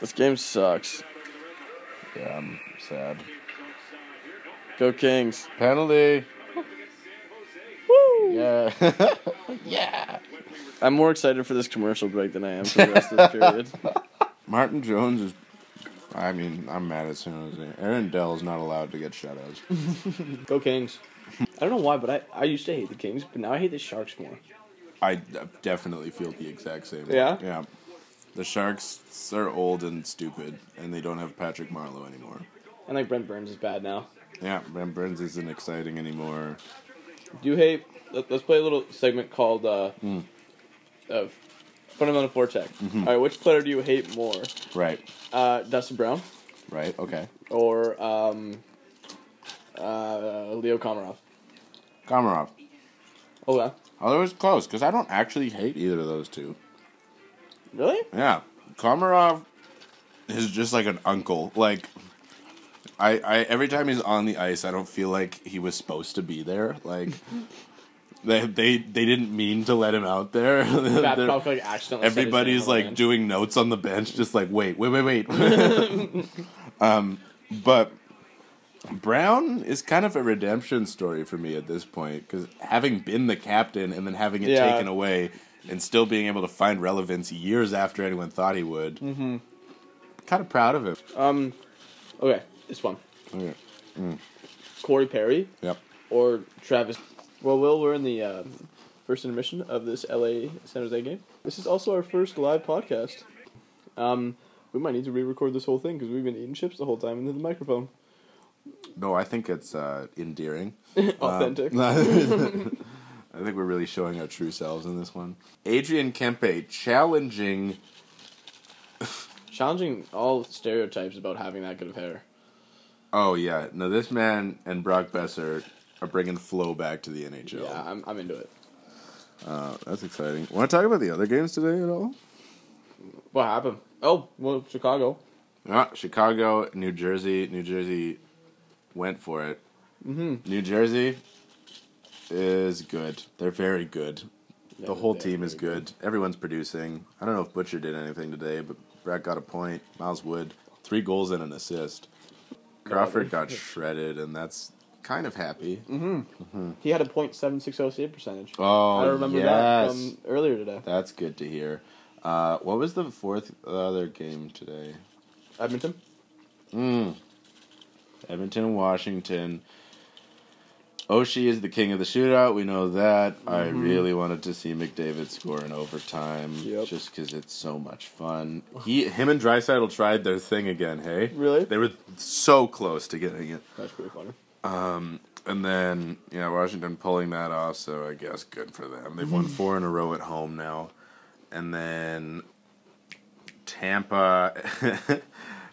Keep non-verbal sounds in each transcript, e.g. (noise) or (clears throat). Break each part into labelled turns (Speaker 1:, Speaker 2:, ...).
Speaker 1: This game sucks.
Speaker 2: Yeah, I'm um, sad.
Speaker 1: Go Kings.
Speaker 2: Penalty.
Speaker 1: Woo! (laughs)
Speaker 2: Yeah. yeah.
Speaker 1: I'm more excited for this commercial break than I am for the rest (laughs) of this period.
Speaker 3: Martin Jones is. I mean, I'm mad at San Jose. Aaron Dell's not allowed to get shutouts.
Speaker 1: Go Kings. I don't know why, but I, I used to hate the Kings, but now I hate the Sharks more.
Speaker 3: I d- definitely feel the exact same. way.
Speaker 1: Yeah?
Speaker 3: Yeah. The Sharks are old and stupid, and they don't have Patrick Marlowe anymore.
Speaker 1: And like Brent Burns is bad now.
Speaker 3: Yeah, Brent Burns isn't exciting anymore.
Speaker 1: Do you hate? Let, let's play a little segment called uh, uh, Fundamental Forecheck. All right, which player do you hate more?
Speaker 3: Right.
Speaker 1: Uh, Dustin Brown
Speaker 3: Right. Okay.
Speaker 1: or um, uh, Leo Komarov?
Speaker 3: Komarov.
Speaker 1: Oh, yeah.
Speaker 3: Although it's close, because I don't actually hate either of those two.
Speaker 1: Really?
Speaker 3: Yeah, Komarov is just like an uncle. Like, I, I every time he's on the ice, I don't feel like he was supposed to be there. Like, they they they didn't mean to let him out there. (laughs) They're-
Speaker 1: Babcock like accidentally. said his name
Speaker 3: Everybody's
Speaker 1: on the
Speaker 3: like
Speaker 1: line.
Speaker 3: doing notes on the bench, just like wait, wait, wait, wait. um, but Brown is kind of a redemption story for me at this point because having been the captain and then having it
Speaker 1: Yeah.
Speaker 3: taken away and still being able to find relevance years after anyone thought he would, mm-hmm. kind of proud of him.
Speaker 1: Um, okay, this one.
Speaker 3: Okay.
Speaker 1: Corey Perry
Speaker 3: Yep.
Speaker 1: or Travis. Well, Will, we're in the um, first intermission of this LA San Jose game. This is also our first live podcast. Um, we might need to re-record this whole thing because we've been eating chips the whole time into the microphone. (laughs)
Speaker 3: No, I think it's uh, endearing.
Speaker 1: Authentic.
Speaker 3: (laughs) I think we're really showing our true selves in this one. Adrian Kempe challenging
Speaker 1: Challenging all stereotypes about having that good of hair.
Speaker 3: Oh yeah, no, this man and Brock Besser are bringing flow back to the NHL.
Speaker 1: Yeah, I'm, I'm into it.
Speaker 3: Uh, that's exciting. Want to talk about the other games today at all?
Speaker 1: What happened? Oh, well, Chicago.
Speaker 3: Ah, Chicago, New Jersey. New Jersey went for it. Mm-hmm. New Jersey is good. They're very good.
Speaker 1: Yeah,
Speaker 3: the whole
Speaker 1: they're
Speaker 3: team is
Speaker 1: very
Speaker 3: good. Everyone's producing. I don't know if Butcher did anything today, but Brad got a point. Miles Wood, three goals and an assist. Crawford got shredded, and that's kind of happy.
Speaker 1: He had a .760 save percentage.
Speaker 3: Oh,
Speaker 1: I remember that
Speaker 3: yes.
Speaker 1: from earlier today.
Speaker 3: That's good to hear. Uh, what was the fourth other game today?
Speaker 1: Edmonton.
Speaker 3: Edmonton and Washington. Oshie is the king of the shootout. We know that. I
Speaker 1: Mm-hmm.
Speaker 3: really wanted to see McDavid score in overtime,
Speaker 1: Yep.
Speaker 3: just because it's so much fun. He, him, and Drysaddle tried their thing again. Hey,
Speaker 1: Really?
Speaker 3: They were so close to getting it,
Speaker 1: That's pretty funny.
Speaker 3: and then yeah, Washington pulling that off. So I guess good for them. They've
Speaker 1: Mm-hmm.
Speaker 3: won four in a row at home now, and then Tampa. (laughs)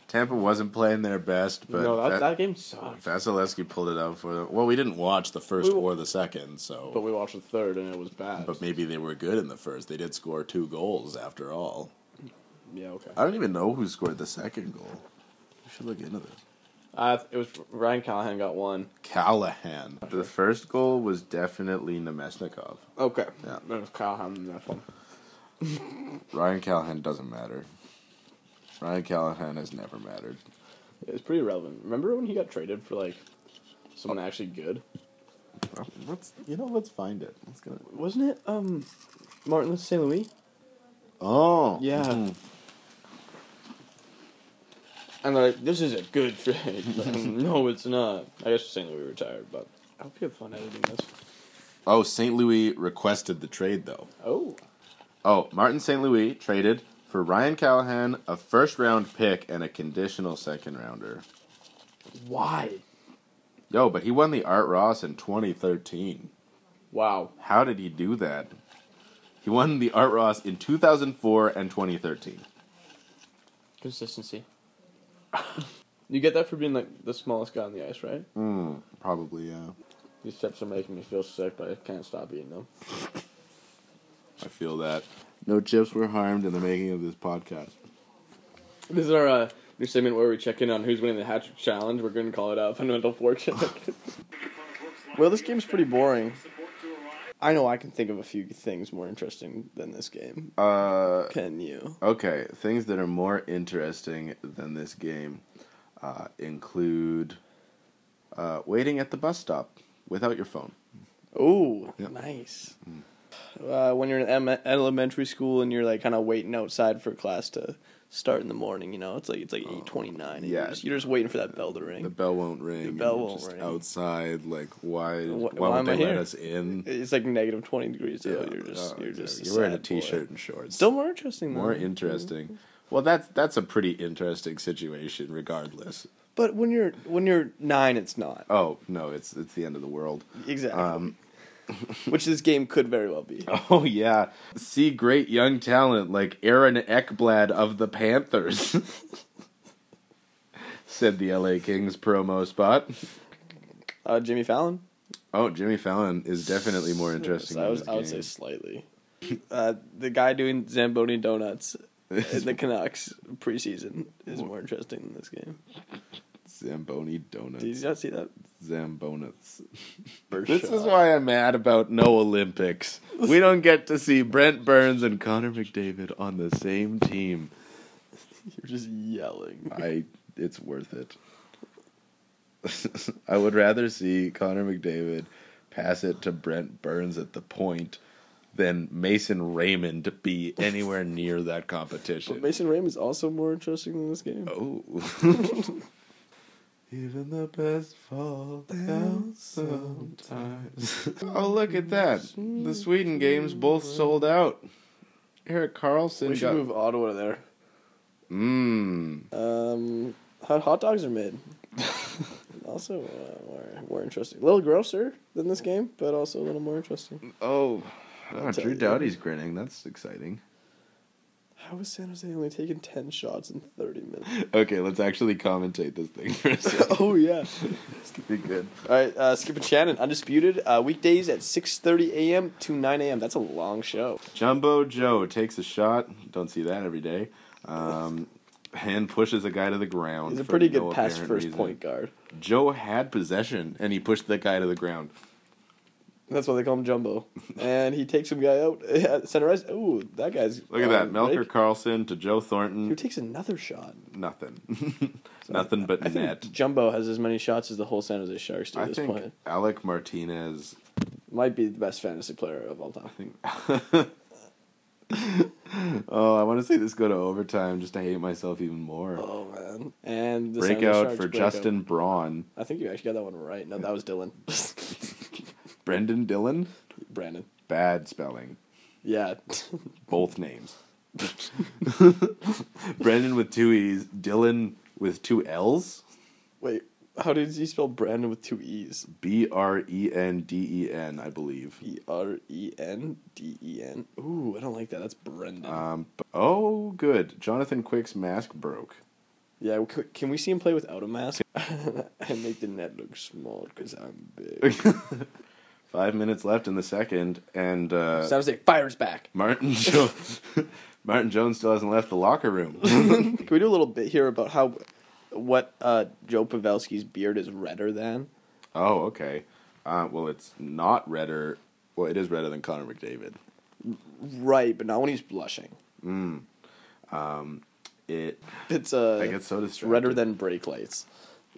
Speaker 3: Tampa wasn't playing their best, but
Speaker 1: no, that, that,
Speaker 3: that-
Speaker 1: game sucked.
Speaker 3: Vasilevsky pulled it out for them. Well, we didn't watch the first
Speaker 1: We-
Speaker 3: or the second,
Speaker 1: But
Speaker 3: so.
Speaker 1: we watched the third and it was bad.
Speaker 3: But maybe they were good in the first. They did score two goals after all.
Speaker 1: yeah, okay.
Speaker 3: I don't even know who scored the second goal. We should look into this.
Speaker 1: Uh, it was Ryan Callahan got one.
Speaker 3: Callahan. The first goal was definitely Nemesnikov.
Speaker 1: Okay.
Speaker 3: Yeah.
Speaker 1: It was Callahan in that one.
Speaker 3: Ryan Callahan doesn't matter. Ryan Callahan has never mattered.
Speaker 1: It was pretty relevant. Remember when he got traded for like someone actually good?
Speaker 3: Let's you know, let's find it. Let's go.
Speaker 1: Wasn't it um Martin St. Louis?
Speaker 3: Oh
Speaker 1: Yeah. And they're like, this is a good (laughs) trade. Like, no, it's not. I guess St. Louis retired, but I hope you have fun editing this.
Speaker 3: (clears throat) Oh, St. Louis requested the trade though.
Speaker 1: Oh.
Speaker 3: Oh, Martin St. Louis traded for Ryan Callahan, a first round pick, and a conditional second rounder.
Speaker 1: Why?
Speaker 3: Yo, but he won the Art Ross in 2013.
Speaker 1: Wow.
Speaker 3: How did he do that? He won the Art Ross in 2004 and 2013.
Speaker 1: Consistency. (laughs) you get that for being like the smallest guy on the ice, right?
Speaker 3: Hmm, Probably, yeah.
Speaker 1: These chips are making me feel sick, but I can't stop eating them.
Speaker 3: I feel that. No chips were harmed in the making of this podcast.
Speaker 1: This is our uh, new segment where we check in on who's winning the hat trick challenge. We're going to call it uh, Fundamental Fortune.
Speaker 2: Well, this game's pretty boring.
Speaker 1: I know I can think of a few things more interesting than this game.
Speaker 3: Uh,
Speaker 1: Can you?
Speaker 3: okay, things that are more interesting than this game uh, include uh, waiting at the bus stop without your phone.
Speaker 1: Oh,
Speaker 3: Yep.
Speaker 1: nice.
Speaker 3: Hmm.
Speaker 1: Uh, when you're in em- elementary school and you're like kind of waiting outside for class to start in the morning, you know, it's like it's like eight twenty nine.
Speaker 3: Oh, yeah.
Speaker 1: You're just, you're just waiting for that bell to ring.
Speaker 3: The bell won't ring. and
Speaker 1: bell
Speaker 3: you're
Speaker 1: won't ring.
Speaker 3: Outside, like why?
Speaker 1: Wh-
Speaker 3: why,
Speaker 1: why
Speaker 3: would
Speaker 1: am
Speaker 3: they
Speaker 1: I
Speaker 3: let
Speaker 1: here?
Speaker 3: us in?
Speaker 1: (laughs) it's like negative twenty degrees. Yeah,
Speaker 3: Yeah,
Speaker 1: you're just
Speaker 3: oh,
Speaker 1: you're
Speaker 3: exactly.
Speaker 1: just a
Speaker 3: you're wearing a
Speaker 1: sad boy.
Speaker 3: t-shirt and shorts.
Speaker 1: Still more interesting. Though.
Speaker 3: more interesting. Well, that's that's a pretty interesting situation, regardless.
Speaker 1: But when you're when you're nine, it's not
Speaker 3: Oh no, it's it's the end of the world.
Speaker 1: exactly.
Speaker 3: Um,
Speaker 1: (laughs) Which this game could very well be.
Speaker 3: oh yeah, see great young talent like Aaron Eckblad of the Panthers, (laughs) said the L.A. Kings promo spot.
Speaker 1: Uh, Jimmy Fallon.
Speaker 3: Oh, Jimmy Fallon is definitely more interesting.
Speaker 1: I,
Speaker 3: than
Speaker 1: was,
Speaker 3: this
Speaker 1: I would
Speaker 3: game.
Speaker 1: say slightly. Uh, the guy doing Zamboni donuts in the Canucks preseason is more interesting than this game.
Speaker 3: (laughs) Zamboni donuts.
Speaker 1: Did you not see that?
Speaker 3: Zambonuts.
Speaker 1: For
Speaker 3: This is
Speaker 1: sure.
Speaker 3: why I'm mad about no Olympics. We don't get to see Brent Burns and Connor McDavid on the same team.
Speaker 1: You're just yelling.
Speaker 3: I it's worth it. (laughs) I would rather see Connor McDavid pass it to Brent Burns at the point than Mason Raymond be anywhere near that
Speaker 1: But
Speaker 3: competition.
Speaker 1: Mason Raymond is also more interesting than this game.
Speaker 3: Oh. (laughs) Even the best fall down sometimes. (laughs) oh, look at that. The Sweden games both sold out. Eric Carlson
Speaker 1: we should
Speaker 3: got.
Speaker 1: move Ottawa to there.
Speaker 3: Mmm.
Speaker 1: Um, how hot dogs
Speaker 3: (laughs)
Speaker 1: are made. also uh, more, more interesting. A little grosser than this game, but also a little more interesting.
Speaker 3: Oh. Oh,
Speaker 1: tell
Speaker 3: Drew
Speaker 1: you.
Speaker 3: Doughty's grinning. That's exciting.
Speaker 1: How is San Jose only taking 10 shots in 30 minutes?
Speaker 3: Okay, let's actually commentate this thing for a second.
Speaker 1: (laughs) oh, yeah.
Speaker 3: this could be good.
Speaker 1: All right, uh, Skip and Shannon, Undisputed, uh, weekdays at 6.30 a.m. to 9 a.m. That's a long show.
Speaker 3: Jumbo Joe takes a shot. Don't see that every day. Um, and pushes a guy to the ground.
Speaker 1: He's a
Speaker 3: for
Speaker 1: pretty
Speaker 3: no
Speaker 1: good pass
Speaker 3: apparent
Speaker 1: first
Speaker 3: reason.
Speaker 1: point guard.
Speaker 3: Joe had possession and he pushed that guy to the ground.
Speaker 1: That's why they call
Speaker 3: (laughs)
Speaker 1: him Jumbo. and he takes some guy out (laughs) at center ice. Ooh, that guy's...
Speaker 3: Look at that.
Speaker 1: on
Speaker 3: Melker
Speaker 1: break.
Speaker 3: Carlson to Joe
Speaker 1: Who
Speaker 3: Thornton.
Speaker 1: takes another shot?
Speaker 3: Nothing. (laughs) Nothing but
Speaker 1: I think
Speaker 3: net.
Speaker 1: Jumbo has as many shots as the whole San Jose Sharks do at
Speaker 3: I
Speaker 1: this
Speaker 3: think
Speaker 1: point.
Speaker 3: Alec Martinez.
Speaker 1: Might be the best fantasy player of all time.
Speaker 3: I think. (laughs) oh, I want to see this go to overtime just to hate myself even more.
Speaker 1: Oh, man. And the San Jose
Speaker 3: breakout
Speaker 1: Sharks
Speaker 3: for
Speaker 1: breakout.
Speaker 3: Justin Braun.
Speaker 1: I think you actually got that one right. No, that
Speaker 3: (laughs)
Speaker 1: was Dylan. (laughs)
Speaker 3: Brendan Dillon.
Speaker 1: Brandon.
Speaker 3: Bad spelling.
Speaker 1: Yeah. (laughs)
Speaker 3: Both names. Brendan with two E's. Dylan with two L's.
Speaker 1: Wait, how did you spell Brandon with two E's?
Speaker 3: B R E N D E N, I believe.
Speaker 1: B R E N D E N. Ooh, I don't like that. That's Brendan.
Speaker 3: Um, b- oh, good. Jonathan Quick's mask broke.
Speaker 1: yeah, we could- can we see him play without a mask (laughs) and make the net look small? Because I'm
Speaker 3: (laughs)
Speaker 1: big.
Speaker 3: Five minutes left in the second, and uh,
Speaker 1: Sounds like fires back. (laughs)
Speaker 3: Martin jo- Martin Jones still hasn't left the locker
Speaker 1: (laughs)
Speaker 3: room.
Speaker 1: Can we do a little bit here about how what uh, Joe Pavelski's beard is redder than?
Speaker 3: oh, okay. Uh, well, it's not redder. Well, it is redder than Connor McDavid.
Speaker 1: Right, but not when he's blushing.
Speaker 3: It.
Speaker 1: It's uh,
Speaker 3: I get so distracted.
Speaker 1: redder than brake lights.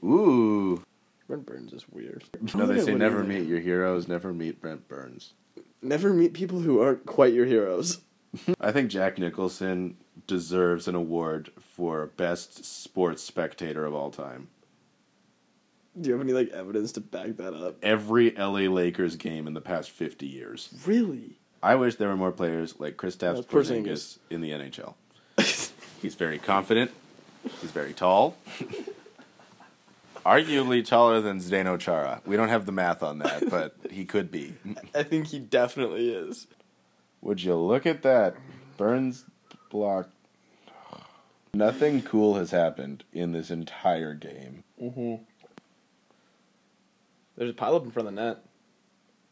Speaker 3: Ooh.
Speaker 1: Brent Burns is weird.
Speaker 3: No,
Speaker 1: (laughs)
Speaker 3: they say
Speaker 1: Wouldn't
Speaker 3: never
Speaker 1: either.
Speaker 3: meet your heroes, never meet Brent Burns.
Speaker 1: Never meet people who aren't quite your heroes.
Speaker 3: I think Jack Nicholson deserves an award for best sports spectator of all time.
Speaker 1: Do you have any like evidence to back that up?
Speaker 3: Every LA Lakers game in the past 50 years.
Speaker 1: Really?
Speaker 3: I wish there were more players like Kristaps
Speaker 1: Uh,
Speaker 3: Porzingis
Speaker 1: Porzingis.
Speaker 3: in the NHL. He's very confident. He's very tall. Arguably taller than Zdeno Chara. We don't have the math on that, but he could be.
Speaker 1: (laughs) I think he definitely is.
Speaker 3: Would you look at that? Burns block. Nothing cool has happened in this entire game.
Speaker 1: Mm-hmm. There's a pile up in front of the net,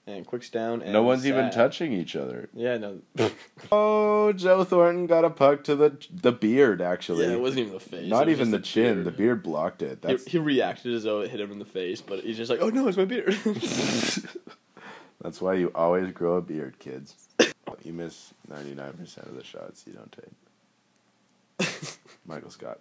Speaker 1: and quicks down. And
Speaker 3: no one's even
Speaker 1: sad.
Speaker 3: touching each other.
Speaker 1: Yeah,
Speaker 3: (laughs)
Speaker 1: no.
Speaker 3: Oh, Joe Thornton got a puck to the the beard. Actually,
Speaker 1: (laughs) yeah, it wasn't even the face.
Speaker 3: not
Speaker 1: it was
Speaker 3: even
Speaker 1: just
Speaker 3: the chin. The
Speaker 1: beard.
Speaker 3: beard blocked it. That's
Speaker 1: (laughs) He, he reacted as though it hit him in the face, but he's just like, "Oh no, it's my beard."
Speaker 3: That's why you always grow a beard, kids.
Speaker 1: (laughs)
Speaker 3: You miss 99% of the shots you don't take. Michael Scott.